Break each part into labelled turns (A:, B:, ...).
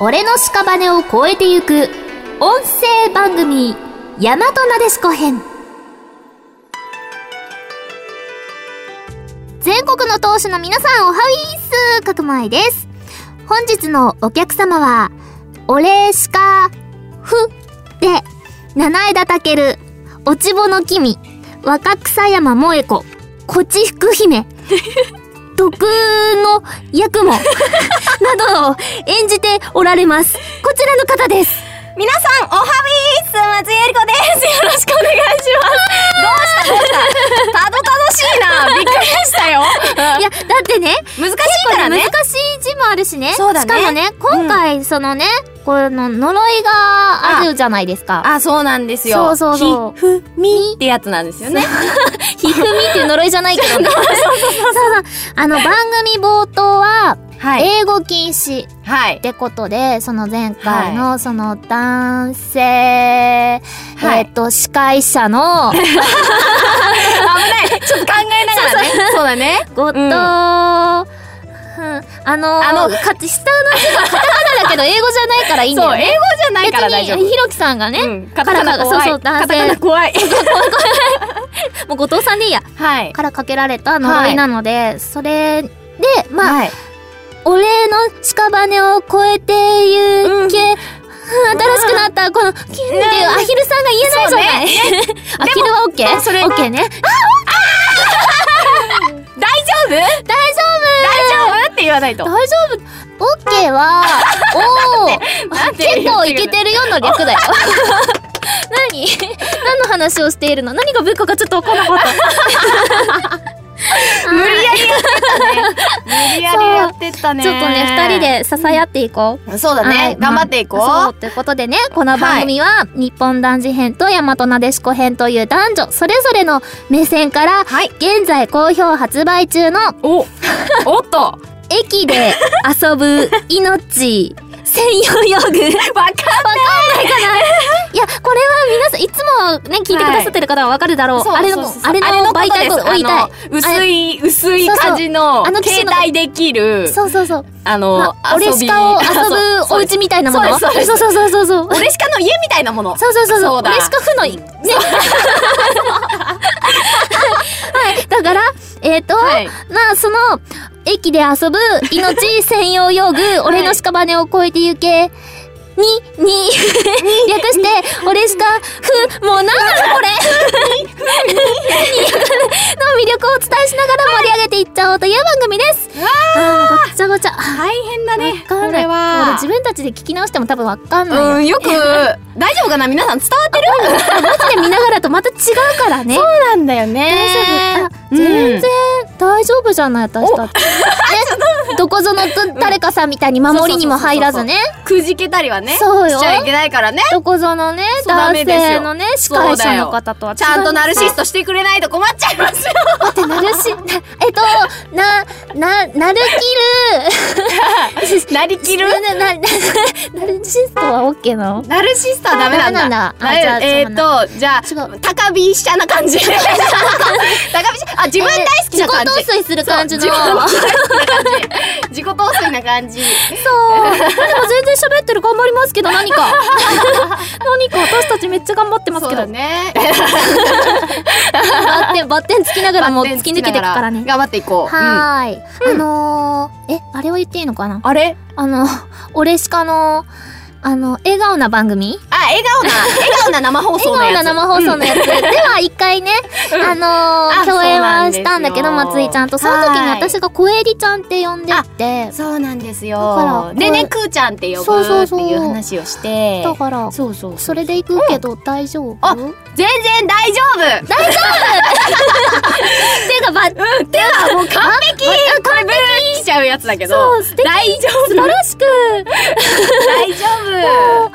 A: 俺の屍を超えてゆく音声番組大和なでしこ編全国の投手の皆さんおはウィース角前です本日のお客様は俺しかふで七枝健落ち穂の君若草山萌子こちふく姫 毒の役もなどを演じておられますこちらの方です
B: 皆さん、おはみーす松井えりこです。よろしくお願いします。どうしたどう したたどたどしいな。びっくりしたよ。
A: いやだってね
B: 難しいからね。
A: 難しい字もあるしね
B: そうだね
A: しかもね今回そのね、この呪いがあるじゃないですか
B: あ、そうなんですよ。
A: そうそうそう
B: ひふみってやつなんですよね。
A: ひふみっていう呪いじゃないけどね そうそうあの番組冒頭は
B: はい。
A: 英語禁止っ
B: はい。
A: てことでその前回のその男性、
B: はい
A: えっ、と司会者 の
B: 危ない。ちょっと考えながらね。そうだね。
A: 後藤、
B: うん
A: あの
B: あ
A: か下の
B: の
A: 字がカタカナだけど英語じゃないからいいんだ
B: そ
A: よ
B: う、英
A: ね
B: 語じゃないから大丈
A: 別
B: 夫。
A: にひろきさんがね、
B: うん、カタカナ怖
A: そ
B: い。
A: うそう男性
B: カタカナ 怖い。
A: もう後藤さんでいいや。
B: はい。
A: からかけられた呪いなので、それで、まあ、
B: はい。
A: 俺の屍を超えてゆけ、新しくなった、この、キュンっていうアヒルさんが言えないじゃない、 アヒルはオッケー
B: あそれ
A: オッケーね。大丈
B: 大丈夫大丈夫って言わないと
A: 夫。大丈夫オッケー は、おー、
B: なんて
A: 結構い
B: 言
A: け
B: って
A: てるよの略だよ。 何何の話をしているの何がブックかちょっとわからなかっ た。
B: 無理やりやってたね。無理やりやってったね。
A: ちょっとね、二人で支え合っていこう。
B: そうだね、
A: はい
B: 頑張っていこう。
A: まあそうということでねこの番組は日本男児編と大和なでしこ編という男女それぞれの目線から
B: はい。
A: 現在好評発売中の
B: お、おっ と、わ
A: 「駅で遊ぶ命」専用用具わかん ない
B: かっ
A: いやこれは皆さんいつもね聞いてくださってる方はわかるだろう、
B: そう
A: あれ
B: そう
A: の
B: そう
A: あれの媒体
B: こと
A: を
B: です
A: 置いた
B: あ
A: い
B: の薄い、薄い
A: そうそう
B: 感じの
A: あの、機種
B: 携
A: の
B: 帯できる、
A: そうそうそう、
B: あの
A: ま、あ、俺しか を遊ぶお
B: うち
A: 家みたいなもの
B: そうですそう
A: そうそうそうそう
B: 俺しかの家みたいなもの。
A: そうそうそうそう。
B: そうだ
A: 俺しか負のい、 ね。はい。だから、えっ、と、
B: はい。
A: まあ、その、駅で遊ぶ命専用用具、俺の屍を越えてゆけ、に、に、略して、俺しか、ふ、もうなんだろうこれの魅力をお伝えしながら盛り上げていっちゃおうという番組です。あーごっちゃごちゃ。あ
B: 大変だね。
A: わか
B: こ
A: んない
B: れ
A: 俺
B: は。
A: 自分たちで聞き直しても多分わかんないよ。
B: うん、よく、大丈夫かな皆さん伝わってる
A: マジで見ながらとまた違うからね。
B: そうなんだよ
A: 大丈夫。あ
B: うん
A: 全然大丈夫じゃない、私たち。ね、どこぞのど誰かさんみたいに守りにも入らずね。
B: くじけたりはね、
A: そうよ
B: しちゃいけないからね。
A: どこぞのね、
B: そうダ
A: 男
B: メですよ
A: 性のね、司会者の方とは違う
B: ちゃんとナルシストしてくれないと困っちゃい ますよ。
A: 待って、ナルシ、えっと、な、な、なるきる。
B: なりきる
A: な、な、なナルシストはオッケーなの
B: ナルシストはダメなんだ。
A: ダメなんだあ
B: ナル
A: じゃあ
B: えーっと、じゃあ
A: 違う、
B: 高飛車 な感じ。高飛車、あ、自分大好きな感
A: えー
B: じ。
A: 自己陶酔する感じの。
B: そ
A: そうう。
B: 自己陶酔な感じ。
A: でも全然喋ってる頑張りますけど、何か。何か私たちめっちゃ頑張ってます
B: そう
A: けど
B: だ。ね。
A: バッテン、バッテンつきながらもう突き抜けてくからね。
B: 頑張っていこう。うん
A: はーい。あのー、え、あれは言っていいのかな
B: あれ
A: あの、 俺しかの、あの、笑顔な番組
B: あ、笑顔な、笑顔な生放
A: 笑
B: 送の
A: 顔
B: やつ。
A: な生放送のやつ。では、一回ね、あのー
B: あ
A: 共演はしたんだけど、
B: そうなん
A: 松
B: ですよ
A: 井ちゃんと、その時に
B: はい
A: 私が小エリちゃんって呼んでて、
B: そうなんです
A: だか
B: よ
A: ら。
B: で
A: こ
B: ね、
A: う
B: くーちゃんって呼
A: そうそ
B: ぶ
A: う
B: って
A: そう
B: いう話をして。
A: だから、
B: そうそう。
A: それで行くけど大丈夫
B: あ
A: ていう
B: 全然大丈夫
A: か、ば、
B: うん、手はもう完璧これブーしちゃうやつだけど
A: そう素敵
B: 大丈
A: 素晴らしく、
B: 夫大丈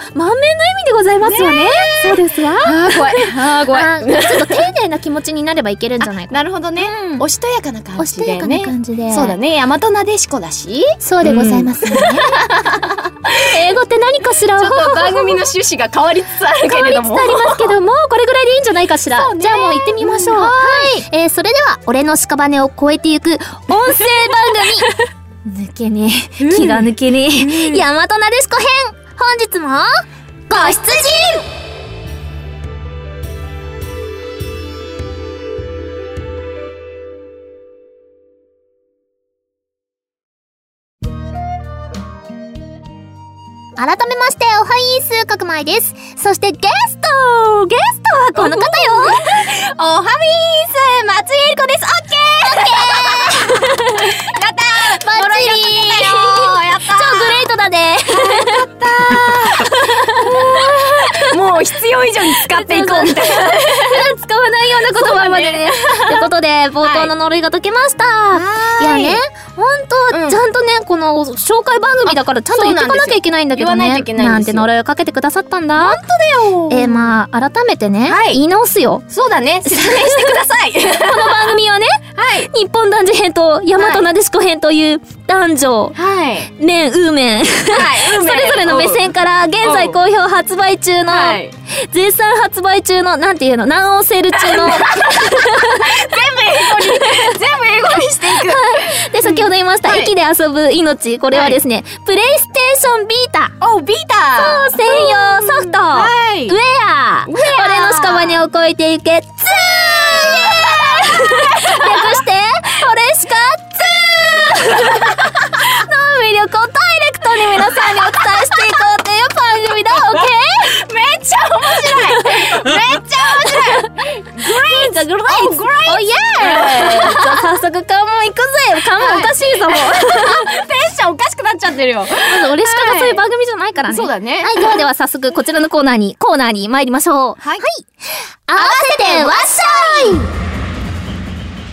B: 夫
A: 満面の意味でございますよね。そうですわ。
B: あー怖いあー
A: あーちょっと丁寧な気持ちになればいけるんじゃないかな。
B: なるほどね、
A: うん
B: おしとやかな感
A: おし
B: じ
A: とや
B: で
A: かな
B: ね
A: 感じで。
B: そうだね大和なでしこだし ち
A: そうでございますね。 英語って何かしら
B: ょっと番組の趣旨が変わりつつあるけれども
A: ありますけども、これぐらいでいいんじゃないかしら
B: そ。うね
A: じゃあもう行ってみましょう。
B: うんは
A: はい。えーそれでは、俺の屍を越えてゆく音声番組。ねけねえ、気が抜けねえ、大和なでしこ編本日もご出陣改めまして、おはいーすー、角舞です。そしてゲストゲストはこの方よ
B: おはみーす松井えり子ですオッケ ーやったー
A: バッチリ
B: ーやった
A: 超グレートだね
B: ーもう必要以上に使ってい こうみたいな
A: 使わないような言葉までね。ってことで、冒頭の呪いが解けました。い、
B: はーい
A: やね、ほんと、
B: うん
A: ちゃんとね、この紹介番組だからちゃんと言ってかなきゃいけないんだけどね。
B: そうなん
A: なん
B: ですよ言わないと
A: て
B: いけないんですよ
A: 呪いをかけてくださったんだ。
B: 本当だよ
A: えー、まあ、改めてね、
B: はい
A: 言い直すよ。
B: そうだ ね説明してください
A: この番組はね、
B: はい
A: 日本男児編と、大和なでしこ編という、男女、
B: はい
A: 面、ウーメン、
B: はい
A: それぞれの目線から、現在好評発売中の、
B: はい
A: 絶賛発売中の、なんていうの、南欧セール中の、
B: 全部英語にしていく
A: で、先ほど言いました、
B: はい
A: 駅で遊ぶ命。これはですね、プレイステーションビータ
B: おビーター
A: 専用ソフト、
B: はい
A: ウェア
B: ウェア
A: 俺の屍を越えていけ、ツーイエーイ略して、俺しか、ツーの魅力をダイレクトに皆さんにお伝えしていこうという番組だ、オッケーめっちゃ面白いめっちゃ面白いグレイトグレイト
B: おグレイ
A: おいえーじゃあ早速関門行くぜ関門おかしいぞ、もう。
B: テンションおかしくなっちゃってるよ
A: まず、俺しか
B: は
A: が
B: い
A: そういう番組じゃないからね。
B: そうだね
A: はい、ではでは早速、こちらのコーナーに、コーナーに参りましょう。
B: はい
A: 合わせてわっしゃい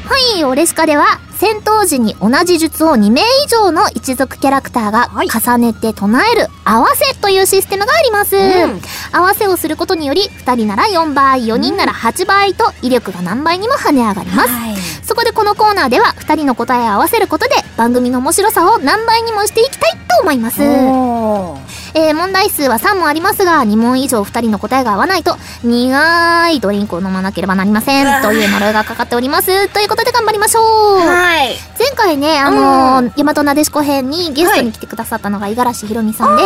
A: はい、オレシカでは、戦闘時に同じ術を2名以上の一族キャラクターが
B: はい
A: 重ねて唱える合わせというシステムがあります。
B: ん
A: 合わせをすることにより、2人なら4倍、4人なら8倍と威力が何倍にも跳ね上がります。
B: はい
A: そこでこのコーナーでは2人の答えを合わせることで番組の面白さを何倍にもしていきたいと思います。
B: おー
A: えー問題数は3問ありますが2問以上2人の答えが合わないと苦いドリンクを飲まなければなりませんという呪いがかかっております。ということで頑張りましょう。
B: はい
A: 前回ね、あの
B: う
A: ー、大和なでしこ編にゲストに来てくださったのが五十嵐ひろみさんで、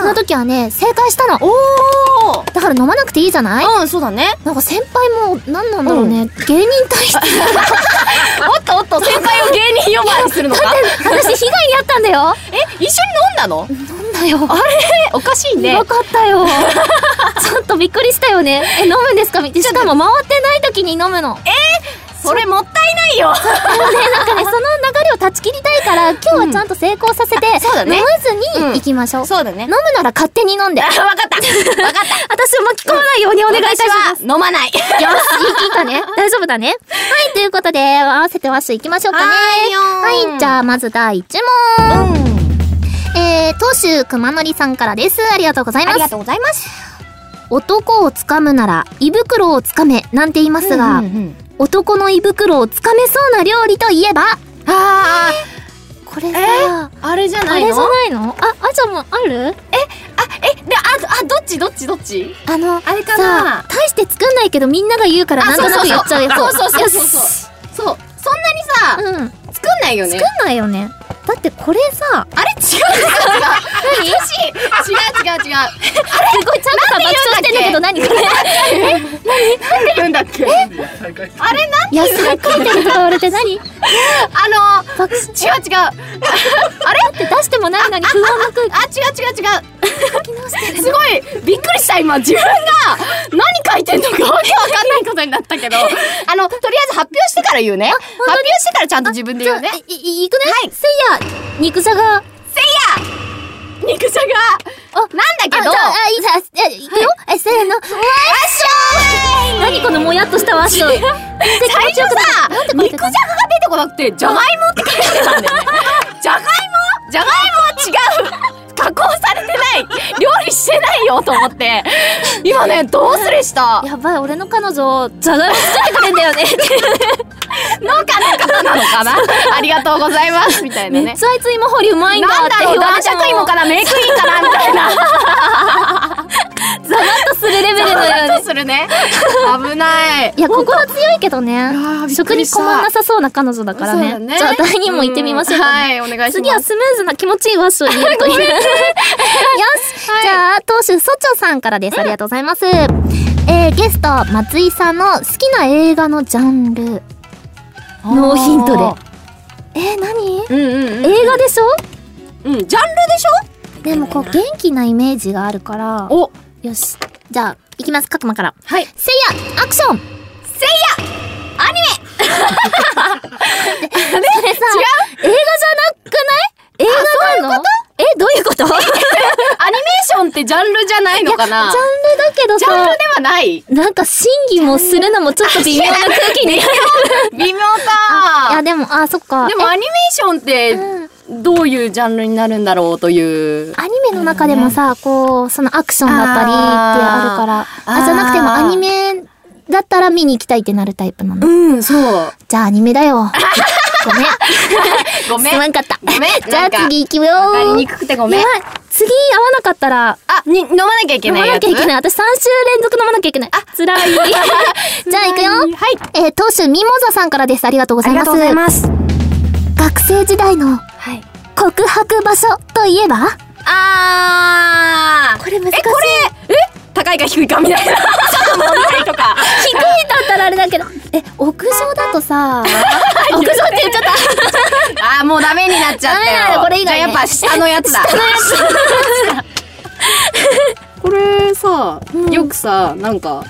A: その時はね、正解したの。
B: お
A: だから飲まなくていいじゃない
B: ーうんそうだね
A: なんか先輩も何なんだろうね、芸人体 質
B: おっとおっと先輩を芸人呼ばわりするのか
A: 私被害に遭ったんだよ
B: え一緒に飲んだの
A: 飲んだよ
B: えおかしい
A: す
B: ね
A: ごかった よちょっとびっくりしたよねえ飲むんですかみたいなしかも回ってない時に飲むのえ
B: それもったいないよ
A: なん かねその流れを断ち切りたいから今日はちゃんと成功させて、
B: そうだね
A: 飲まずに行きましょう、
B: そうだね
A: 飲むなら勝手に 飲んで
B: あ、わかった。わかった。
A: 私を巻き込まないようにお願いいたします
B: 私は飲まない。
A: よし、言い切った ね。大丈夫だね。はい、ということで、合わせてワッシュ行きましょうかね。
B: はーいよー
A: はい、じゃあ、まず第1問。えー、東州熊のりさんからです。ありがとうございます。
B: うございます。
A: 男をつかむなら胃袋をつかめなんて言いますが、
B: うんうんうん
A: 男の胃袋をつかめそうな料理といえば
B: あ
A: これさ、
B: えあ、あれじゃ
A: あ
B: ない
A: れじゃ
B: の
A: ないのあ、あじゃもある
B: あ、え、で、あ、あ、どっちどっちどっち
A: あの、
B: あれか
A: さ
B: な
A: あ、大して作んないけどみんなが言うから
B: あ
A: なんとなく言っちゃうやつ。
B: そうそうそうそう
A: よし
B: そう。そんなにさ、
A: うん。
B: 作んないよね
A: 作。んないよね。だってこれさ、
B: あれ違う 違う違う。違う違う違う。
A: すごいちゃんとさ爆笑してんだ けど何これ
B: 何て言うんだっけあれなんて言うんだ
A: 安
B: っけ
A: く書いてるとか言われて何
B: あの、
A: 爆笑
B: 違う 違う。あれ
A: って出してもないのに不安な空気
B: あ、違う違う違う。
A: 書き直してる。
B: すごいびっくりした今自分が何書いてんのかわけわかんないことになったけどあのとりあえず発表してから言うね発表してからちゃんと自分で
A: じゃ
B: 言
A: あ
B: うね、
A: いいいくねせいや、肉じゃが。
B: 肉じゃがなんだけど
A: あ、じゃあ、あいいさ、え、いくよ、え、せーの。わっしょーい何このもやっとしたわっしょい。
B: 最初さ
A: なんて書い
B: 肉じ
A: てた
B: ゃがが出てこなくてじゃがいもって書いてたんだよねじゃがいもじゃがいもは違う加工されてない料理してないよと思って今ねどうすれした
A: やばい、俺の彼女、じゃがいも作ってくれんだ よね。
B: 農家の方なのかなありがとうございますみたいな
A: め
B: ね
A: っちゃあいつ芋掘りうまいんだ
B: な
A: って
B: んだ
A: 言
B: ろう
A: われ
B: 男
A: ても
B: 爵芋かなメイクインかなみたいな
A: ざわっとする
C: するレベルのよう
B: と
C: に
B: するね危ない
A: いや、ここは強いけどね
B: ーびっく。りした
A: 食に困んなさそうな彼女だから
B: そうだ
A: ね。
B: ね
A: じゃあ、第二問行ってみましょうかね、
B: はいお願いします
A: 次はスムーズな気持ちいいワッションに行くといい よし、じゃあ、当主、ソチョさんからです。ありがとうございます。えー、ゲスト、松井さんの好きな映画のジャンル。ノーヒントで。えー、何
B: でうんうん
A: 映画でしょ
B: うんうんジャンルで
A: で
B: しょ
A: も、こう、元気なイメージがあるから。
B: お
A: よし。じゃあ、行きます。各馬から。
B: はい
A: せいや、アクション せいやアニメそれさ、違う映画じゃなくない映画なのえ、どういうこといや、ジ
B: アニメーションってジャンルじゃないのかな
A: ャンルだけど
B: ジャン
A: さ
B: ル、ではない
A: なんか審議もするのもちょっと微妙な空気に。い
B: 微妙
A: や、
B: か
A: でも、あ、そっか。
B: でもアニメーションってどういうジャンルになるんだろうという
A: アニメの中でもさ、こう、そのアクションだったりってあるから、
B: あー
A: あ、じゃなくてもアニメだったら見に行きたいってなるタイプなの。
B: うんそう
A: じゃあアニメだ よ。ごめん。
B: ごめん
A: すまんかった。
B: ごめんなんか
A: じゃあ次行きよう。
B: わかりにくくてごめん
A: やばい次合わなかったら、
B: あに飲まなきゃいけ
A: 飲
B: な
A: ま
B: いや
A: な
B: つ
A: きゃいけない。私3週連続飲まなきゃいけない。あ、辛 い。 じゃあ行くよ。はい。えー、当主ミモザさんからです。ありがとうございます。
C: ます
A: 学生時代の
C: はい
A: 告白場所といえば
B: あー
A: これ難しい。
B: えこれえ高いか低いかみたいなちょっと問題と か
A: 低いだったらあれだけど。え、屋上だとさ、 屋上って言っちゃった。
B: あーもうダメになっちゃ
A: ダ
B: ったよ
A: メだよこれ以外ね
B: じゃあやっぱ下のやつだこれさ、よくさなんか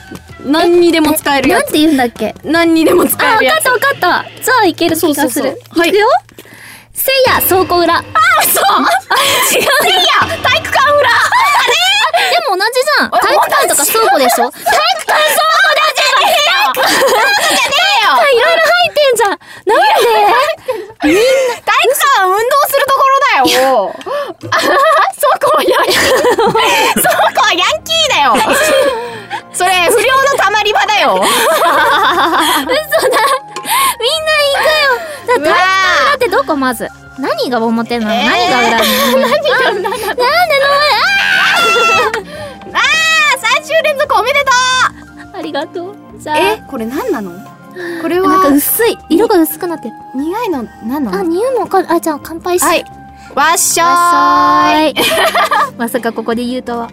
B: 何にでも使えるや
A: なん
B: つ
A: て言うんだっけ
B: 何にでも使
A: あ、
B: え
A: わか
B: るや
A: っ
B: つ
A: たわかった。じゃあいける気がす
B: そうそう
A: る。
B: そうはい
A: いくよ。せいや、倉庫裏。
B: そう違ういや体育館裏
A: でも同じじゃん。体育館とか倉庫 でしょ。体育館倉庫だじゃねえよ。体育館いろいろ入ってんじゃん。なんで？
B: 体育館運動するところだよあ そこはヤンキーそこはヤンキーだよそれ不良のたまり場だよ
A: みんな行くよ。だだってどこまず。何が表なの？
B: えー
A: 何が裏なの？ 何が裏なの？なんでの？
B: ああ3週連続おめでと
A: あー、ありがとう。じゃ
B: う
A: あ。
B: これ何なのこれ
A: なんか薄い色が薄くなってる。
B: 苦いの何
A: あ、匂いもわかる。あ、じゃあ乾杯し。
B: はい。わっしょーい
A: 乾杯。 まさかここで言うとは。
B: う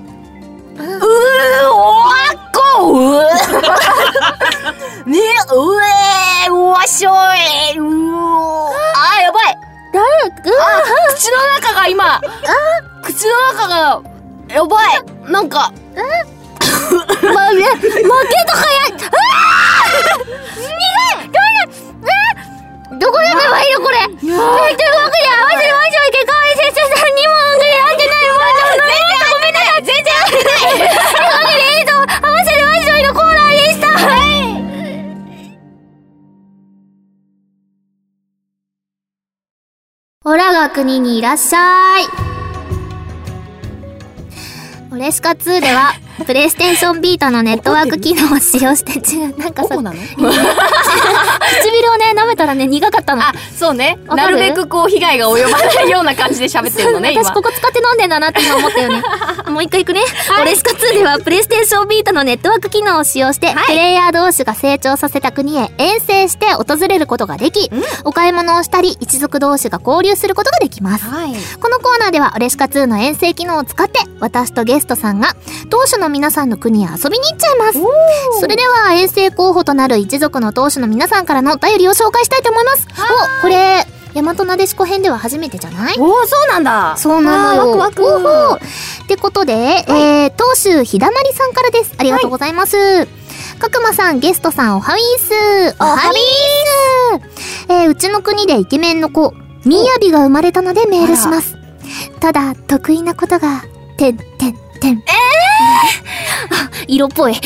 B: ーおーっこうーねうえーうわっしょーいうーおーあーやばい
A: 誰？うわ
B: 口の中が今口の中がやばいなんか
A: ま、え、負けと早い。ああ苦い。どこ読めばいいのこれ。えというわけで合わせてもう一枚結果は先生さんにも送り合ってないもん。全然合ってない。全然合ってない。というわけでえーと合わせてもう一枚のコーナーでした。オラが国にいらっしゃい。オレシカ2で は、プレイステーションビータのネットワーク機能を使用して、違う、なんかさ、唇
B: なの
A: をね、舐めたらね、苦かったの。
B: あそうね
A: わ
B: な
A: かる
B: るべくこう被害が及ばないような感じで喋ってるのね今
A: 私ここ使って飲んでんだなって今思ったよ ねもう一回いくね、オレスカ2ではプレイステーションビータのネットワーク機能を使用して、プレイヤー同士が成長させた国へ遠征して訪れることができ、お買い物をしたり一族同士が交流することができます、
B: はい
A: このコーナーではオレシカ2の遠征機能を使って私とゲストさんが当初の皆さんの国へ遊びに行っちゃいますそれでは遠征候補となる一族の当主の皆さんからのお便りを紹介したいと思いますおこれ大和なでしこ編では初めてじゃない
B: おおそうなんだ
A: そうなのよ。
B: あーワク
A: お
B: ワ
A: ほってことで、えー、当主ひだまりさんからです。ありがとうございます。角間さん、ゲストさん、おはウィース。おはウィース。えー、うちの国でイケメンの子、みやびが生まれたのでメールします。ただ、得意なことが、てんてんてん。えー、色っぽい。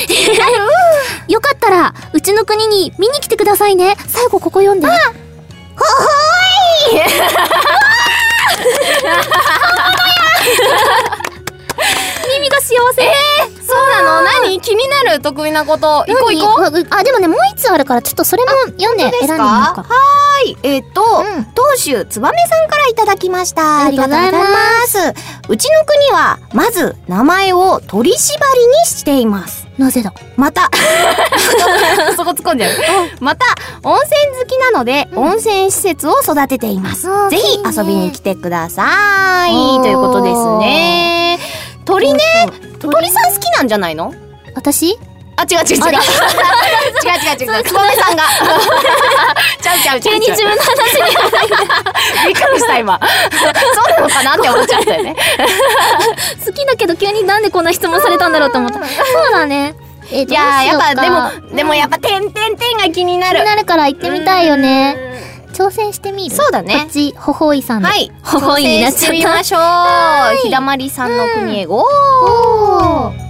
A: よかったら、うちの国に見に来てくださいね。最後ここ読んで。あ耳が幸せ。
B: そうなの何気になる
D: る得意なこと行こう行こう
A: 何あ、でもね、もう一つあるから、ちょっとそれも読んで選んでみよう
B: は
A: か。
B: ーい。えっ、と、
A: うん
B: 当主つばめさんからいただきました。。
A: ありがとうございます
B: うちの国は、まず、名前を取り縛りにしています。
A: なぜだ
B: また、
D: そこ突っ込んじゃう。
B: また、温泉好きなので、
A: うん
B: 温泉施設を育てています。
A: そう
B: ぜひ
A: いいね
B: 遊びに来てください。
A: おー
B: ということですね。鳥ね、鳥さん好きなんじゃないの
A: 私
B: あ、違う違う違う。違う
A: あら
B: 違う違う。つばめ さんが。ちゃうちゃうちゃう。
D: 急に自
B: 分の話 に。びっくりした今。そうなのかなって思っちゃった よね。
A: 好きだけど急になんでこんな質問されたんだろうと思った。そうだね。え、
B: いやー、やっぱで
A: でも、
B: も、でもやっぱ点点点が気にな
A: 気に
B: る。
A: なるから行ってみたいよね。挑戦してみる
B: そうだね
A: こっち、ほほいさんの。
B: はい。
A: ほほいになっちゃ
B: 挑戦してみ
A: った
B: ま。しょう。ひだまりさんの国へゴー。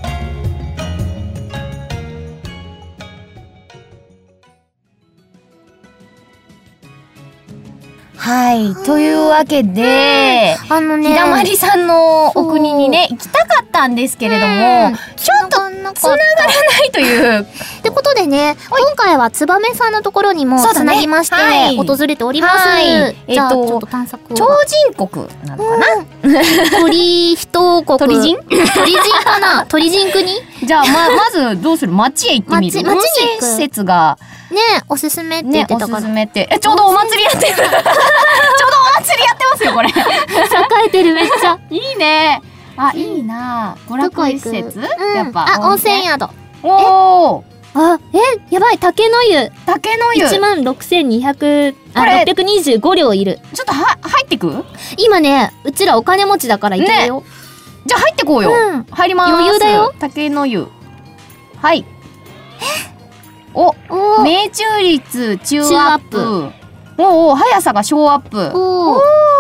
B: はい。というわけで、
A: あのね。
B: ひだまりさんのお国にね、行きたかったんですけれども、
A: うん
B: ちょっと
A: とな
B: 繋がらない という、
A: ってことでね、今回はつばめさんのところにも
B: そう
A: つ
B: だね
A: なぎまして、
B: はい
A: 訪れております。
B: はい
A: じゃあ、
B: えっと
A: ちょっと探索を。
B: 超人国なのかな、
A: 鳥人王国。
B: 鳥人
A: 鳥人かな鳥人国ね
B: じゃあ、ま、まず、どうする町へ行ってみる
A: 町町に行く
B: 温泉施設が、
A: おすすめって言
B: ね
A: っ、て
B: お
A: た
B: す
A: から。
B: すめって。え、ちょうどお祭りやってる。 ちょうどお祭りやってますよ、これ。
A: 栄えてるめっちゃ。
B: いいね。あ、いいな。娯楽施設
A: どこ行くうん
B: やっぱ。
A: あ、温泉。宿。
B: おお。
A: あ、え、やばい、竹の湯。
B: 竹の湯。
A: 1
B: ちょっ
A: 万6200、あ、
B: これ
A: 625両いる。
B: とは、入ってく
A: 今ね、うちらお金持ちだから行けるよ。
B: じゃあ入ってこうよ。
A: うん
B: 入ります。
A: 余裕だよ。
B: 竹の湯。はい。お、
A: おー。
B: 命中率中アッ
A: 中
B: プ。おうおう、速さが小アップ。
A: おー。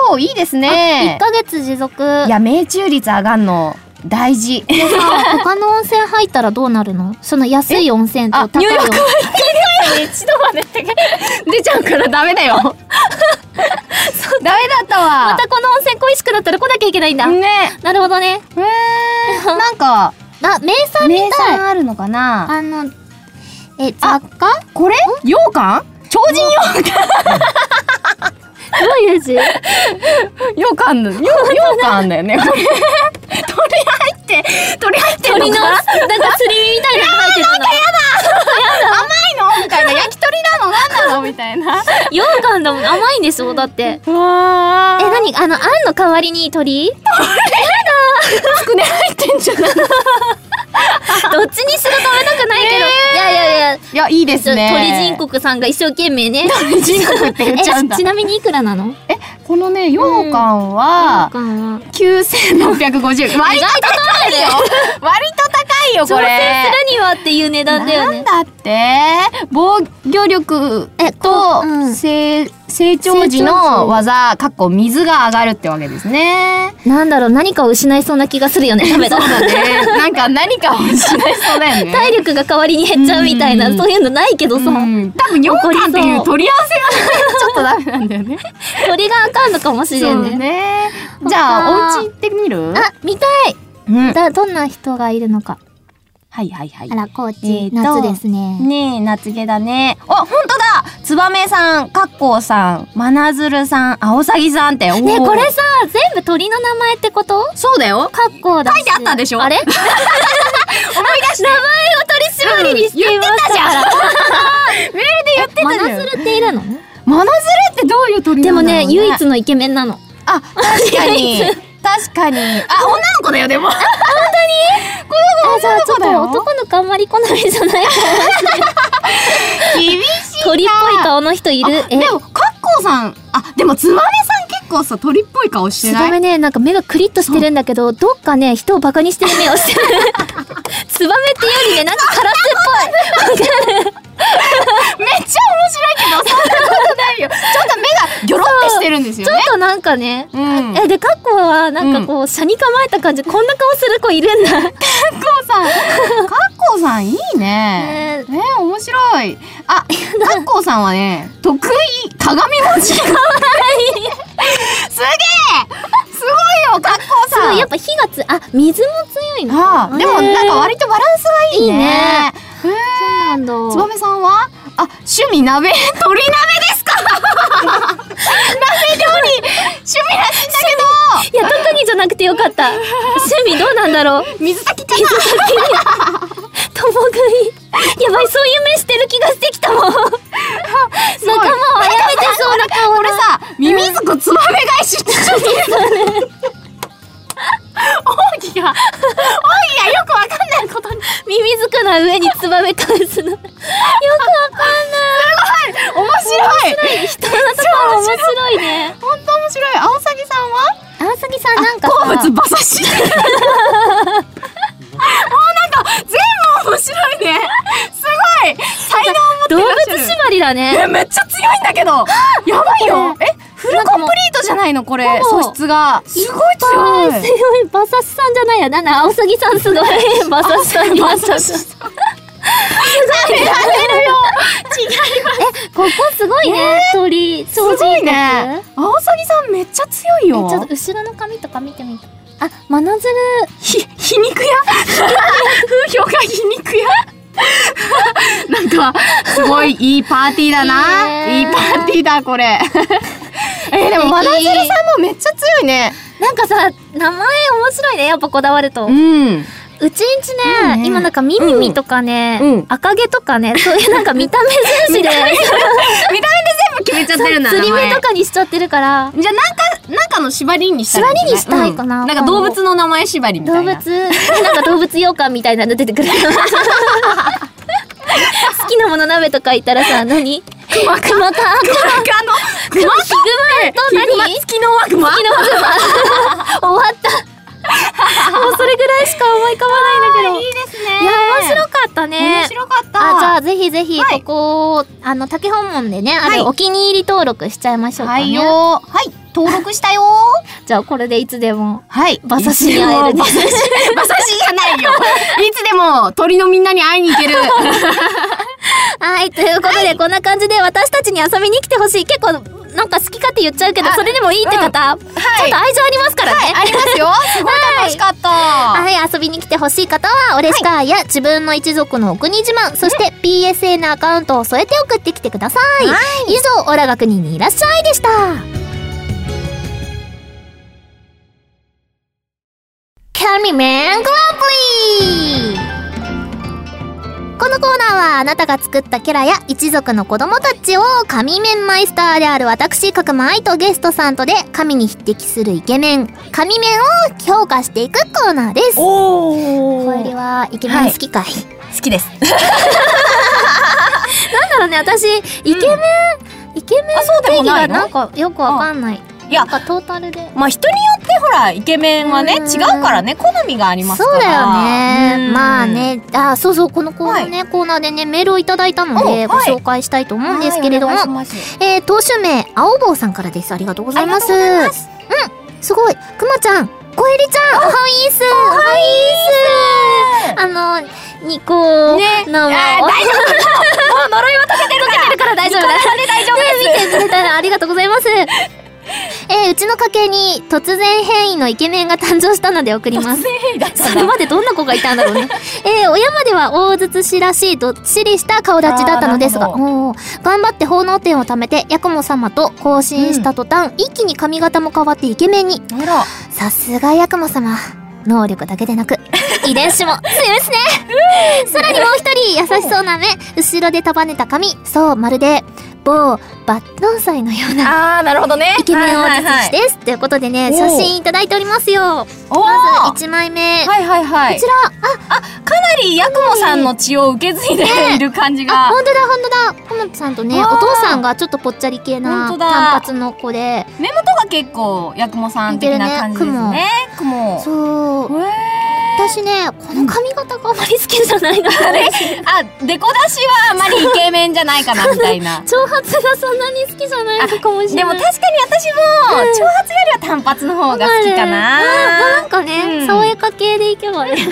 B: おお、いいです
A: 1
B: ね。
A: ヶ月持続。
B: いや、命中率上がんの大事。
A: さ他の温泉入ったらどうなるのその安い温泉と
B: あ、
A: 高
B: 入
A: い温
B: 浴
A: 泉
B: は一度まで出ちゃうからダメだよ。ダメだったわ
A: ま。たこの温泉恋しくなったら来なきゃいけないんだ、
B: ね。
A: なるほどね
B: へえ。なん
A: あ
B: か
A: 名産み
B: 名
A: たい
B: 産あるのかな。
A: あのえ雑貨
B: これ？羊羹？超人羊羹。
A: どういう字
B: 羊羹の羊 羊羹だよね。これ。鳥入って鳥入ってんの
A: 鳥の
B: か
A: な
B: なん
A: かすり身みたいなの入ってるの
B: 甘いのみたいな焼き鳥なのなんなのみたいな。
A: 羊羹だもん甘いんでしょだって
B: わ
A: え何あのあんの代わりに鳥
B: つくね入ってんじゃない？
A: どっちにしろ食べたくないけど、いやいやいや
B: いやいいです
A: ちょ鳥
B: ね。
A: 人国さんが一生懸命 ね
B: 鳥人国って言っちゃうん
A: え
B: だ
A: ち。なみにいくらなの
B: このね羊羹は
A: 羊。羹は
B: 九千六百五十。割と高い よ。割と高いよこ
A: 挑戦
B: れ。
A: するにはっていう値段だよね
B: なんだって防御力
A: え
B: と
A: こううん
B: 成成長時の技かっこ水が上がるってわけで すね。
A: なんだろう何かを失いそうな気がするよね食べたら
B: ね。なんか何かを失いそうだよね。
A: 体力が代わりに減っちゃうみたいな、
B: うん
A: そういうのないけどさ、
B: うん、多分羊羹っていう取り合わせがちょっとダメなんだ よね。
A: 鳥があかんのかもしれんね
B: ね。じゃあお家行ってみる？
A: あ見たい
B: うん。
A: だどんな人がいるのか
B: はいはいはい
A: あ。らコーチ、
B: えーと
A: 夏ですね
B: ねえ、夏毛だね。あ、ほんとだツバメさん、カッコウさん、マナズルさん、アオサギさんって。ね
A: ねこれさ全部鳥の名前ってこと
B: そうだよ。
A: カッコだし
B: 書いてあったでしょ
A: あれ思い出した名前を取り締まりにしていました から、
B: メールで言ってた
A: マ
B: じゃん。
A: ナズルって いるの
B: マナズルってどういう鳥
A: で
B: な
A: も
B: んだろう
A: ね唯一。のイケメンなの
B: あ、確か に。確かに。あ、女の子だよ、でも。本
A: あじゃあちょっ
B: だ
A: と
B: よ
A: 男の子あんまり好みじゃない
B: 当 に厳しい。
A: 鳥っぽい顔の人いるえ
B: でも、カッコウさん、あ、でもツバメさん結構さ、鳥っぽい顔して
A: ツ
B: な
A: バ
B: い
A: メねなんか目がクリッとしてるんだけどどっかね人をバカにしてる目を してるツバメっていうよりねなんかカラスっ
B: めっちゃ面白いけど、そんなことないよ。ちょっと目がギョロってしてるんです
A: ぽいち
B: よ
A: ょ
B: ね
A: っ。となんかね、
B: うん
A: えでカッコはなんかこう、車に構えた感じこんな顔する子いるん だ
B: さん、カッコウさんいい
A: ね
B: ね。ね面白い。あ、カッコウさんはね、得意鏡文字。かわいい。すげえ。すごいよ、カッコウ
A: す
B: さ
A: ご
B: ん。
A: いやっぱ火がつあ水も強いの
B: ああ、でもなんか割とバランスがいい
A: い
B: ね。
A: いね
E: なんだ。
B: つばめさんはあ趣味鍋鳥鍋ですか鍋料理趣味らしいんだ
A: いや特にじゃなくてよかった趣味どうなんだろう
B: けど水炊き
A: 水炊き 共食いやばいそういう目してる気がしてきたもん仲間を
B: すごい
A: あやめてそうな顔
B: これさミミズクつばめ返しってちょっと 奥義が奥義がよくわかんないことに
A: ミミズクの上にツバメ返すのよくわ
B: 面白い
A: かんない人のところ面白いね
B: 本当面白い青サギさんは
A: 青杉さんなんか
B: 好
A: さ
B: 物馬刺し もうなんか全部面白いねすごい才能
A: 動物縛りだね
B: えめっちゃ強いんだけどやばいよえフルコンプリートじゃないのこれ
A: ほぼ
B: 素質がすごい強い
A: 強い馬刺しさんじゃないやなんだ青杉さんすごい馬刺しさんになっちゃったすごいねえここすごいね鳥す
B: すごいね青サギさんめっちゃ強い
A: ちょっ
B: よ
A: と後ろの髪とか見てみたあ、真鶴
B: ひ皮肉屋風評が皮肉屋なんかすごいいいパーティーだな、
A: いい
B: いい
A: ね
B: パーティーだこれえでも真鶴さんもめっちゃ強いね
A: なんかさ、名前面白いねやっぱこだわると、
B: うん
A: うちんちね、
B: うんね
A: 今なんかミミミとかね、
B: うんうん
A: 赤毛とかね そういうなんか見た目重 視で
B: 決めちゃってるんだ
A: 釣り目と
B: か
A: かにしちゃってるから
B: じゃあなんか中の縛りにしたら
A: 縛りにしたいかな
B: うんなんか動物の名前縛りみた
A: 動
B: い
A: 物
B: な
A: なんか動物羊羹みたいなの出てくる 好きなもの鍋とか言ったらさ何クマか マか
B: あの
A: クマヒグマと何
B: 月のワグマ
A: 昨日終わったもうそれぐらいしか思い浮かばないんだけど
B: いいですね
A: いや面白かったね
B: 面白かった
A: あじゃあぜひぜひ
B: はい
A: ここを、あの竹本門でねあ
B: はい
A: のお気に入り登録しちゃいましょうか
B: はい
A: ね、
B: よーはい登録したよー
A: じゃあこれでいつでも
B: はい
A: 馬刺しに会える
B: いつでも馬刺し馬刺しじゃないよ いつでも鳥のみんなに会いに行ける
A: はいということで、こんな感じで私たちに遊びに来てほしい結構なんか好き勝手言っちゃうけど
B: あ
A: それでもいいって方、ちょっと愛情ありますからね、
B: ありますよすごい楽しかった、
A: はい、遊びに来てほしい方は、オレスカーや自分の一族のお国自慢、そして PSN アカウントを添えて送ってきてください。以上、オラが国にいらっしゃいでした。キャミメングランプリこのコーナーはあなたが作ったキャラや一族の子供たちを神面マイスターである私角間愛とゲストさんとで神に匹敵するイケメン神面を評価していくコーナーです小
B: おお
A: 百合はイケメン好きかい、
B: 好きです
A: なんだろうね私イケメン、イケメンの定義がなんかよくわかんない
B: いや
A: なんかトータルで
B: まあ人によってほらイケメンはね
A: うん
B: 違うからね好みがありますから
A: そうだよね
B: うん
A: まあねあそうそうこのコーナーね、コーナーでねメールをいただいたので
B: お
A: ご
B: はい
A: 紹介したいと思うんですけれども、
B: はいお願いします
A: えー、当主名、青坊さんからです。ありがとうございます。
B: あり
A: うん、すごい。くまちゃん、こえりちゃん、おはいーす。おはいーす。あの、ニコ
B: ね
A: 生、
B: いやー大丈夫もう呪いは解けてるから
A: だから大丈夫だ。
B: で大丈夫です
A: 見てくれたらありがとうございます。えー、うちの家系に突然変異のイケメンが誕生したので送ります。それまでどんな子がいたんだろう ね。えー、親までは大筒氏らしいどっしりした顔立ちだったのですが、
B: あーなる
A: おー頑張って奉納点を貯めて、ヤクモ様と交信した途端、一気に髪型も変わってイケメンに。
B: あら
A: さすがヤクモ様。能力だけでな く、遺伝子も強いですね。さらにもう一人、優しそうな目、後ろで束ねた髪、そう、まるで、某、バットン祭のような、
B: あーなるほどね
A: イケメン王子です。
B: はい
A: ということでね、
B: おう
A: 写真いただいておりますよ。
B: はい
A: ま
B: おー
A: ず、1枚目。こ
B: はいはいはい
A: ちら、
B: かなりヤクモさんの血を受け継いでいる感じ
A: あ、
B: が
A: ほんとだほんとだ。コモトさんとね、
B: わ
A: お
B: ー
A: 父さんがちょっとぽっちゃり系な
B: ほんとだ
A: 単髪の子で、
B: 目元が結構ヤクモさん的な感じです
A: 似てる
B: ね
A: ね
B: クモ
A: そう、
B: へ
A: 私ね、この髪型があまり好きじゃないの。
B: ーあデコ出しはあまりイケメンじゃないかなみたいな
A: 長髪がそんなに好きじゃないの かもしれ
B: でも
A: ない。
B: 確かに私も長髪よりは短髪の方が好きか
A: あ
B: な
A: なんかね、
B: うん
A: 爽やか系でいけばいい。
B: でも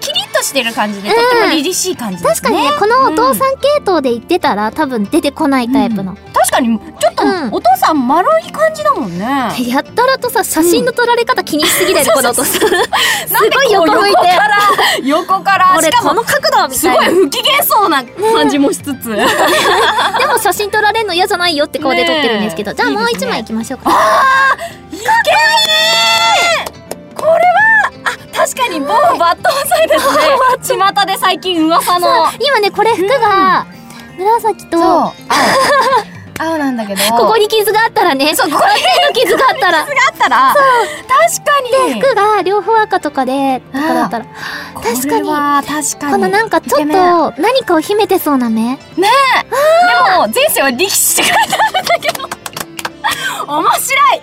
B: キリッと
F: してる感じで、とっても凛々しい感じです
A: 確かにね、
F: ね。
A: このお父さん系統で言ってたら、多分出てこないタイプの。
F: 確かに、ちょっ
A: うん
F: とお父さん丸い感じだもんね。なん
A: やったらとさ、写真の撮られ方気にしすぎだよね、このお父さん。す
F: でこ
A: ご
F: う
A: い横向いて
F: 横。から、横から、
A: 俺
F: しか
A: こ
F: も、
A: の角度み
F: す
A: たい
F: ご
A: な。
F: い不機嫌そうな感じもしつつ。
A: でも写真撮られるの嫌じゃないよって顔で撮ってるんですけど。
F: ねえ
A: じゃあもう一枚行きましょうか。
F: いけねえこれはあ確かに某抜刀祭 ですね巷で最近噂の
A: 今ね、これ服が、紫
B: そう
A: と、
B: 青青なんだけど
A: ここに傷があったらね、
F: そうこれが
A: 手の傷があったら、
F: あったら確かに
A: 服が両方赤とかで、とかだったら、確かに
F: これは確かに
A: このなんかちょ
B: イケ
A: っ
B: メン
A: と何かを秘めてそうな目。
F: でも前世は力士って書いてあるんだけど面白い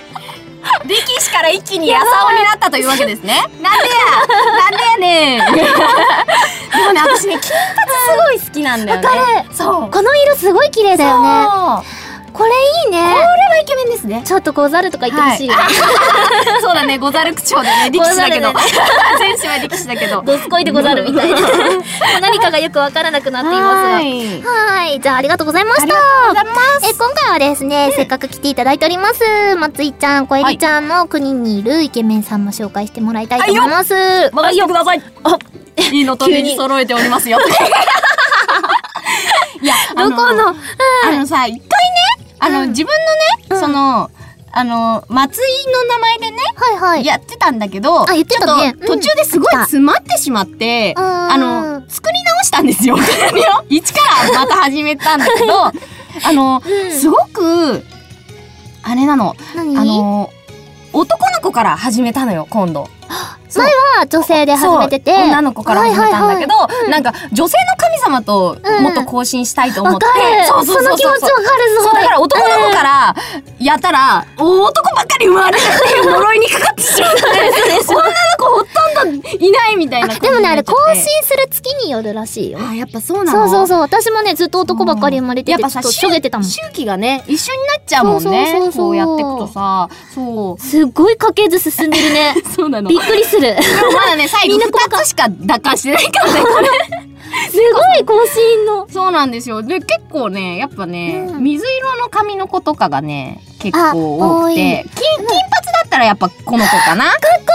F: 力士から一気にやさおになったというわけですねなんでや なんでやねんでもね私ね金髪すごい好きなんだよね
A: わか
F: そう
A: この色すごい綺麗だよね。
F: そ
A: これいいね。
F: うイケメンですね
A: ちょっとござるとか言ってほしいよね。
F: そうだね、ござる口調で ね、力士だけど。
A: ご
F: 全身は力士だけど。
A: どすこいでござるみたいな。もう何かがよくわからなくなってい
B: は
A: ます
B: い
A: が。はい。じゃあ、ありがとうございました。え、今回はですね、せっかく来ていただいております、松井ちゃん、小エリちゃんの国にいるイケメンさんも紹介してもらいたいと思います。
F: 任せてください。いいのと
A: 急に
F: 目 に揃えておりますよ。
B: いや
A: どこ
B: あの
A: の、
B: あのさ一回ねあの、自分のね、そのあの松井の名前でね
A: はいはい。
B: やってたんだけど、
A: あ言ってたね
B: ちょっと
A: うん
B: 途中ですごい
A: あった
B: 詰まってしまって、
A: うん
B: あの、作り直したんですよ。 一からまた始めたんだ けど、あの、すごく、あれなの、
A: 何
B: あの、男の子から始めたのよ、今度。
A: あ女性で始めてて。
B: そう女の子から始めたんだけど、
A: はいはいはいうん
B: なんか、女性の神様ともっと交信したいと思
A: わ
B: って
A: か。る。
B: そうそう
A: そ
B: そ
A: の
B: う
A: 気持
B: そう
A: ちわかるぞ。
B: そうだから男の子からやったら、男ばっかり生まれるっていう呪いにかかって しまって女の子ほとんどいないみたいな感じ
A: でもね、あれ、更
B: になっちゃ
A: 新
B: って
A: する月によるらしいよ。
B: あやっぱそうな
A: そ
B: の
A: うそうそう。私もね、ずっと男ばっかり生まれて、
B: やってぱ
A: ちょ
B: さ
A: っとしょげてたもん。
B: 周期がね一緒になっちゃうもんね
A: そうそうそうそう
B: こうやってくとさそう
A: すっごい家系図進んでるね。
B: そうな の
A: びっくりする。
B: でもまだね最
A: み
B: 後
A: んな細
B: 2つしか奪還してないからねこれ
A: すごい更新の。
B: そうなんですよで結構ねやっぱね、
A: うん
B: 水色の髪の子とかがね結構多くて
A: あ
B: 金金髪だったらやっぱこの子かなかっこ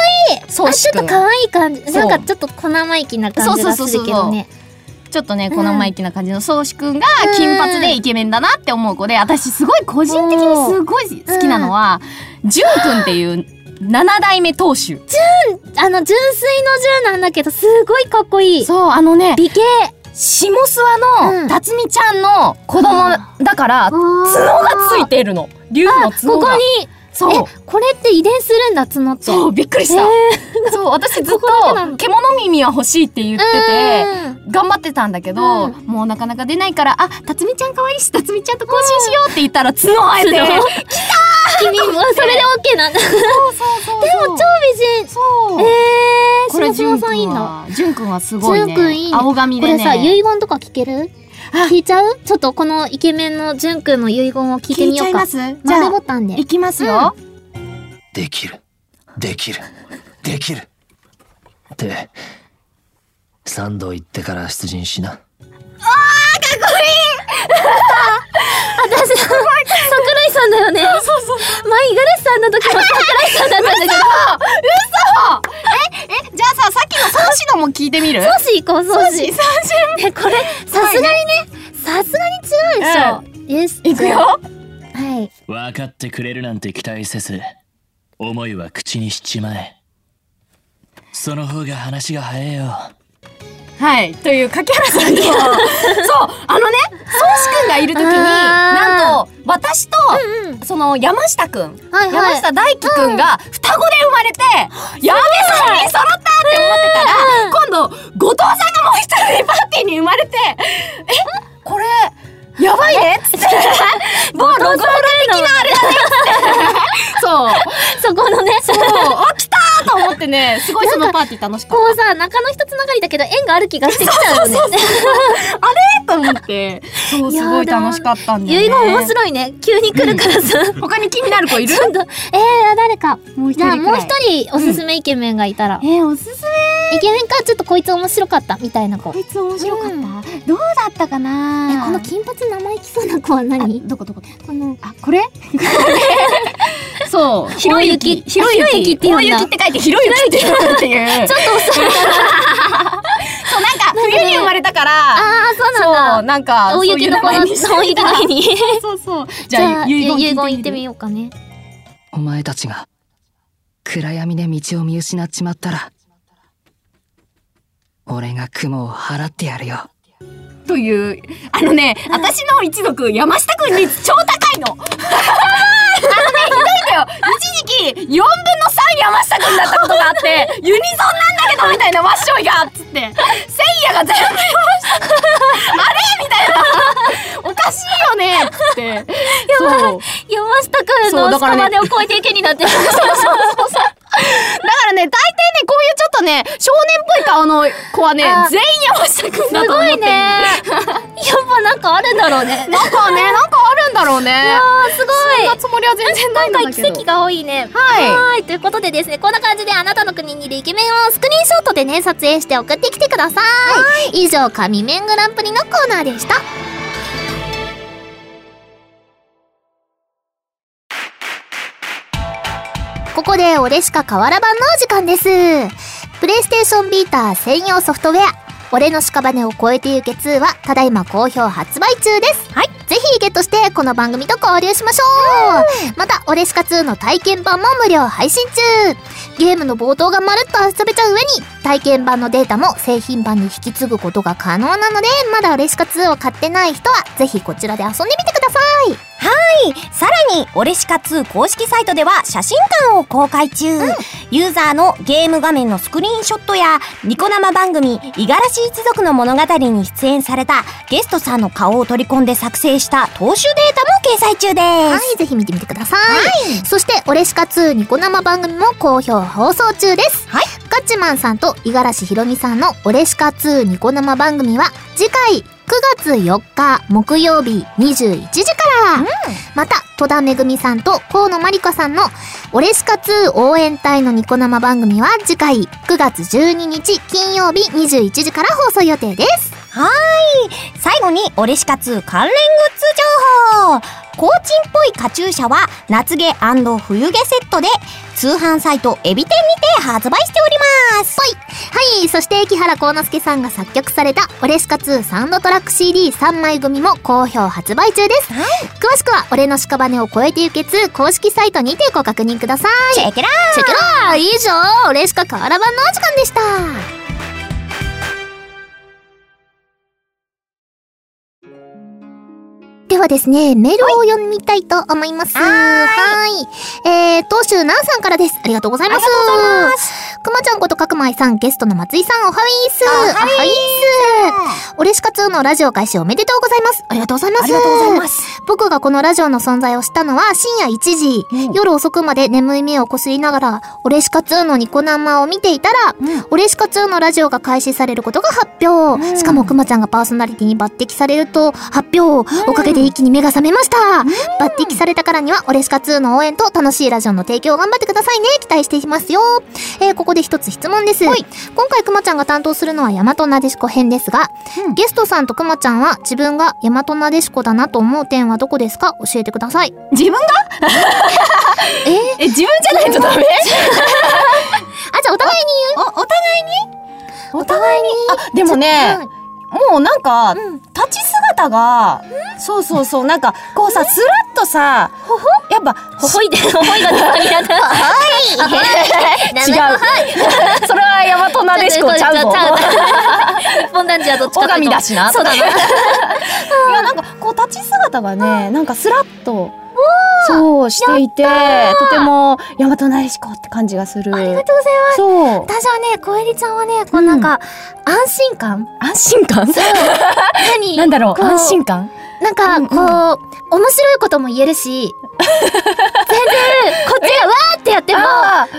B: いいそう
A: あちょっと
B: しくん
A: 可愛い感じ。
B: そう
A: なんかちょっと小生意気な感じがするけどね。
B: ちょっとね、
A: うん
B: この生意気な感じの宗志くんが金髪でイケメンだなって思う子で、私すごい個人的にすごい好きなのは、ジュンくんっていう7代目当主。
A: あの、純粋の純なんだけど、すごいかっこいい。
B: そう、あのね、
A: 美形。
B: 下諏
A: う
B: 訪
A: ん
B: の辰巳ちゃんの子供だから、角がついているの。竜の角
A: ここ
B: が。
A: に、
B: そう。
A: え、これって遺伝するんだ、角って。
B: そう、びっくりした。そう、私ずっと
A: ここだけなの
B: 獣耳は欲しいって言ってて、頑張ってたんだけど、
A: うん
B: もうなかなか出ないから「あ辰巳ちゃん可愛いし辰巳ちゃんと交信しよう」って言ったら角生えて、
A: 角
B: そう
A: 君もそれで OK なんだ。超
B: そうそうでも超
A: 美人。
B: そう、
A: えー、
B: これ
A: し
B: ジ
A: の
B: ュン
A: さんいい
B: 君
A: んだ。
B: はジュン君はすごいね
A: ジュン君いいね
B: 青髪
A: こ
B: で
A: れさ、
B: ね
A: 遺言とか聞ける聞いちゃうちょっとこのイケメンのじゅんくんの遺言を聞いてみようか。
B: すじゃ
A: 丸
B: あ
A: ボタンで。
B: いきますよ、
G: できるできるできるって三度言ってから出陣しな
A: 私、桜井さんだよね。そうそうそう。前、五十嵐さんの時も桜井さんだったんだけど、
B: えじゃあささっきの孫子のも聞いてみる
A: 少し行こう、少し。ね、これ、さすがにね、さすがに違うでしょ。
B: いく。よ
A: はい。
G: 分かってくれるなんて期待せず思いは口にしちまえその方が話が早えよ
B: はいという柿原さんのそうあのね孫子くんがいる時に
A: あー
B: なんと私と、
A: うん
B: その山下くん
A: はいは
B: 山
A: い。
B: 下大輝くんが双子で生まれて、やべ三人揃ったって思ってたら、今度後藤さんがもう一人パーティーに生まれて、えこれやばいねっ つって、もうロゴロ的なあれだねっつって、そう、
A: そこのね、
B: そう、あ来たーと思ってね、すごいそのパーティー楽しかっ
A: こうさ、中の人つながりだけど縁がある気がしてきちゃうよね。
B: たと思って、そう
A: や
B: す
A: だ
B: ごい楽しかったんだ よ
A: 遺
B: ね。
A: 言面白いね。急に来るからさ。
B: 他に気になる子いる？
A: ちょっと、えー、誰か。
B: もう一
A: じゃあ
B: 人
A: も
B: く
A: う
B: らい
A: 一。人おすすめイケメンがいたら。
B: えーおすすめ
A: イケメンかちょっとこいつ面白かったみたいな子
H: こいつ面白かった、どうだったかな
A: えこの金髪生意気そうな子は何
H: どこどこ
A: この
H: あこれ
B: そう。ひろゆき。ひろゆきって言うんだ。ひろゆきって書いて、ひろゆきって言うんだっていう。ちょっと遅い。そう、なんか、冬に生まれたから、
A: ああそうなんだ
B: そう、なんか、
A: 大雪の子の
B: そういう名前にし
A: 大雪の日
B: て
A: に
B: そうそう。
A: じ
B: じ
A: ゃ
B: ゃ
A: あ
B: あ、
A: ゆ
B: 遺
A: 遺
B: 言
A: 言
B: 聞
A: 言
B: い
A: って
B: て
A: み
B: みよ
A: ようかね
I: お前たちが暗闇で道を見失っちまったら俺が雲を払ってやるよ
B: う。という、あのね、私の一族、山下くん率超高いの。あ のね、ひどいんだよ。一時期、4分の3山下くんだったことがあって、ユニゾンなんだけどみたいな真っ白いが、つって、せいやが全部山下くん。あれみたいな。おかしいよねつって。やばい。
A: 山下くん
B: そう
A: の
B: だからね
A: 下までを超えて池になってる
B: だからね、大抵ね、こういうちょっとね、少年っぽい顔の子はね
A: あ、
B: 全員山下くんだ
A: す
B: と思
A: ご
B: って
A: い
B: る
A: ねやっぱなんかあるんだろうね
B: なんかね、なんかあるんだろうね。
A: あーす
B: そん
A: ご
B: ないつもりは全然ないん
A: 今
B: だ
A: 回
B: け
A: 奇
B: ど。
A: 跡が多いね
B: はい。
A: はい、ということでですね、こんな感じであなたの国にいるイケメンをスクリーンショットでね、撮影して送ってきてください。以上、神メングランプリのコーナーでした。ここで、俺しか瓦版のお時間です。プレイステーションビーター専用ソフトウェア、俺の屍を超えてゆけ2は、ただいま好評発売中です。はい。ぜひゲットして、この番組と交流しましょうまた、オレシカ2の体験版も無料配信中ゲームの冒頭がまるっと遊べちゃう上に、体験版のデータも製品版に引き継ぐことが可能なので、まだオレシカ2を買ってない人は、ぜひこちらで遊んでみてください
C: さらに、オレシカ2公式サイトでは写真館を公開中。ユーザーのゲーム画面のスクリーンショットや、ニコ生番組、五十嵐一族の物語に出演されたゲストさんの顔を取り込んで作成した投手データも掲載中です。
A: はい、ぜひ見てみてください。そして、オレシカ2ニコ生番組も好評放送中です。
C: はい
A: ガッチマンさんと五十嵐ひろみさんのオレシカ2ニコ生番組は、次回9月4日木曜日21時から、また、戸田めぐみさんと河野まりかさんのオレシカ2応援隊のニコ生番組は次回9月12日金曜日21時から放送予定です。
C: 最後に、オレシカ2関連グッズ情報コーチンっぽいカチューシャは、夏毛冬毛セットで、通販サイトエビ店にて発売しております。
A: はい、そして木原幸之助さんが作曲された「オレシカ2サウンドトラック CD3 枚組」も好評発売中です、詳しくは「俺の屍を超えてゆけ2」公式サイトにてご確認ください
C: チェケラ
A: チェケラー以上「オレシカ瓦版」のお時間でしたではですね、メールを読みたいと思います。はーい。えー、当主ナンさんからです。ありがとうございます。くまちゃんこと角舞さん、ゲストの松井さん、おはイーす。おはイーす。オレシカ2のラジオ開始おめでとうございます。ありがとうございます。ありがとうございます。僕がこのラジオの存在を知ったのは深夜1時、夜遅くまで眠い目をこすりながら、オレシカ2のニコ生を見ていたら、オレシカ2のラジオが開始されることが発表。しかもくまちゃんがパーソナリティに抜擢されると発表。おかげで一気に目が覚めました。抜擢されたからには、オレシカ2の応援と楽しいラジオの提供を頑張ってくださいね。期待していますよ。えーここで一つ質問です。今回くまちゃんが担当するのは大和なでしこ編ですが、ゲストさんとくまちゃんは自分が大和なでしこだなと思う点はどこですか教えてください。
B: 自分が え自分じゃないとダメ
A: あ、じゃあお互いに
B: お、お互いにお互いにあ、でもね、もうなんか、立ち姿が、そうそうそう、なんか、こうさ、スラッとさ、やっぱ、ほほいで、ほほいがなになった。はい違う。それはヤマトナデシコちゃうぞ。
A: 日本男児はどっちか
B: お
A: と
B: が
A: いう
B: み
A: と
B: だしな。そうだね。いや、なんか、こう、立ち姿がね、なんかスラッと、そうしていて、とても、ヤマトナデシコって感じがする。ありがとうございます。そう。
A: 私はね、小襟ちゃんはね、こうなんか、安心感
B: 安心感
A: 何
B: なんだろう
A: こ
B: 安心感
A: なんか、こう、面白いことも言えるし、全然、こっちがわーってやっても、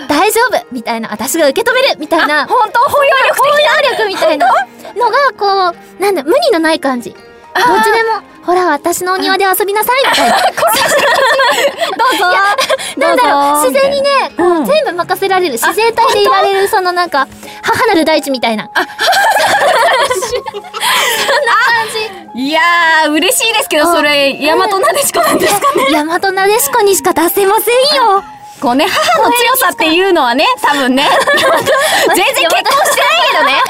A: 大丈夫みたいな、私が受け止めるみたいな、包
B: 本当包容力
A: 容力みたいなのが、こう、なんだ、無理のない感じ。どっちでも、ほら、私のお庭で遊びなさいみたいな。
B: な
A: なんだろう、自然
B: に
A: にね、こう全部任せられる、自然体でいられる、そのなんか、母なる大地みたい な。
B: いやー、嬉しいですけど、それ、大和なでしこなんですかね。
A: 大和なでしこにしか出せませんよ。
B: こうね、母の強さっていうのはね、多分 ね、全然結婚してないけどね。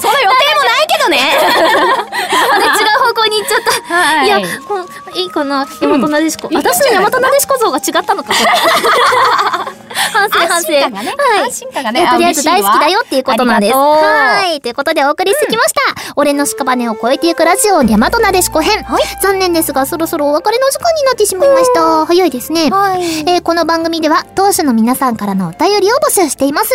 B: その予定もないけどね。
A: あれ違う方向に行っちゃった。
B: はい
A: や、こういいかな、大和なでしこ。私の大和なでしこ像が違ったのか。これ 反省反
B: 安
A: 省。
B: 心感がね、
A: はい
B: 安。心感が
A: え
B: ね、
A: とりあえず大好きだよっていうことなんです。
B: ありがとう
A: はい。ということでお送りしてきました。俺の屍を越えていくラジオ、大和なでしこ編。残念ですが、そろそろお別れの時間になってしまいました。早いですね。えーこの番組では、当初の皆さんからのお便りを募集しています。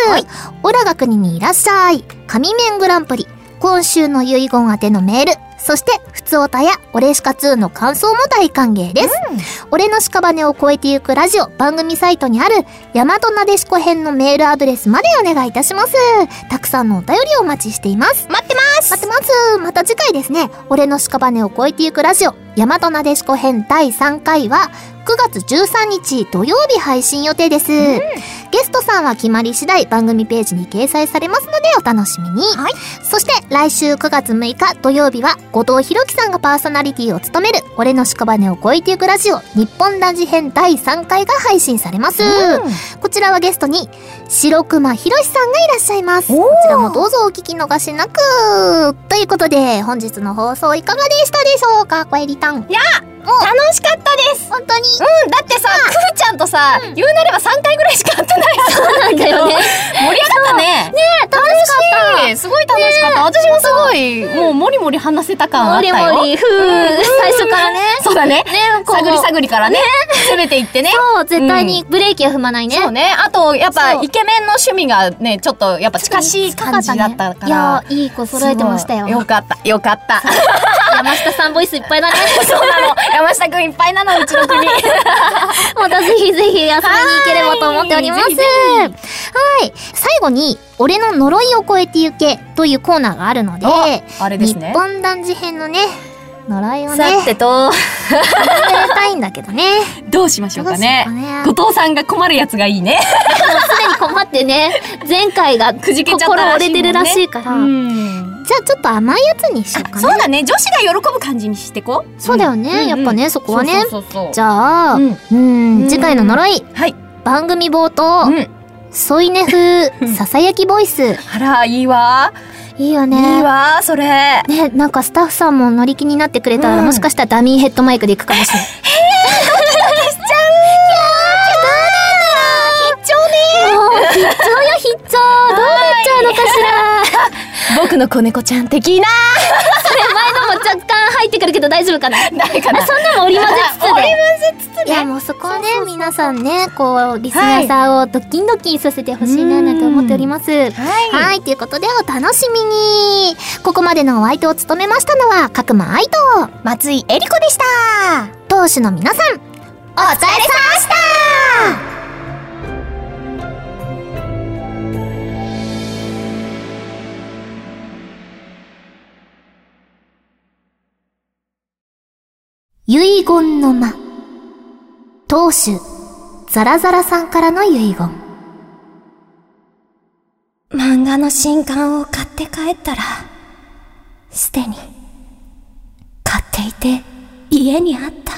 A: オラが国にいらっしゃい。神面グランプリ。今週の遺言宛てのメール。そして、ふつおたや、オレシカ2の感想も大歓迎です。俺の屍を越えてゆくラジオ番組サイトにある大和なでしこ編のメールアドレスまでお願いいたしますたくさんのお便りをお待ちしています待ってます待ってますまた次回ですね俺の屍を越えてゆくラジオ大和なでしこ編第3回は9月13日土曜日配信予定です、ゲストさんは決まり次第番組ページに掲載されますのでお楽しみに、そして来週9月6日土曜日は後藤弘樹さんがパーソナリティを務める「俺の屍を越えてゆくラジオ日本ラジ編第3回」が配信されます、こちらはゲストに白熊博さんがいらっしゃいますこちらもどうぞお聞き逃しなくということで本日の放送いかがでしたでしょうか小エリタンいや
B: 楽しかったです
A: 本当に
B: うん、だってさ、くーちゃんとさ、言うなれば3回ぐらいしか会ってないそうなんだよね。盛り上がったね。ね
A: 楽しかった
B: え、すごい楽しかった。私もすごい、もうもりもり話せた感あったよ。
A: もりもりふう最初からね
B: そうだね。
A: こう
B: 探り探りからね、攻めていってね。
A: そう絶対にブレーキは踏まないね、
B: そうね。あと、やっぱ、
A: そう
B: イケメンの趣味がね、ちょっと、やっぱ近しい感じだったから。
A: いやーいい子揃えてましたよ
B: すごいよかった、よかった。
A: 山下さんボイスいっぱいだね
B: そうなの。山下くんいっぱいなの、うちの国。
A: またぜひぜひ遊びに行ければと思っております。
B: は
A: はいい
B: ぜひぜ
A: 最後に、俺の呪いを超えてゆけというコーナー があるので、
B: あれで
A: 日
B: すね。
A: 本男児編のね、呪いをね、
B: てと、
A: 考えたいんだけどね。
B: どうしましょうか
A: どうしよう
B: ね
A: かね。
B: 後藤さんが困るやつがいいね。
A: すでに困ってね、前回が
B: くじけちゃった
A: 心
B: ら
A: 折
B: しいもんね
A: れてるらしいから、
B: うん。
A: じゃあちょっと甘いやつにしようか
B: あ
A: な。
B: そうだね。女子が喜ぶ感じにしてこう。
A: そうだよねやっぱねそこはね
B: そうそうそう
A: じ
B: そう
A: ゃあ、
B: う
A: うんん、次回の呪い、
B: はい。
A: 番組冒頭、
B: うん。
A: 添い寝風、ささやきボイス。
B: あら、いいわ。
A: いいよ
B: い
A: ね。
B: いわ、そ れ。
A: ね、なんかスタッフさんも乗り気になってくれたら、
B: うん
A: もしかしたらダミーヘッドマイクで行くかもし れない。 へえ、ドキドキしちゃう。いやー、どうなんだろう。必聴ねー。もう必聴よ必聴。どうなっちゃうのかしら。
B: 僕の子猫ちゃん的な。
A: 前のも若干入ってくるけど大丈夫かな。
B: 誰 かな
A: あそんなの織り交ぜつつで。
B: つ
A: いやもうそこはね皆さんねこうリスナーさんをドキンドキンさせてほしいななんて思っております。はい、ということでお楽しみにここまでのお相手を務めましたのは角間愛と松井絵理子でした当主の皆さんお疲れ様でした遺言の間当主ザラザラさんからの遺言
J: 漫画の新刊を買って帰ったら、すでに、買っていて、家にあった。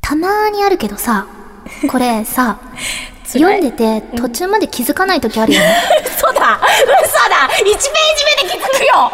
A: たまーにあるけどさこれさ読んでて途中まで気づかない時あるよね
B: 嘘だ嘘だ !1 ページ目で気づくよ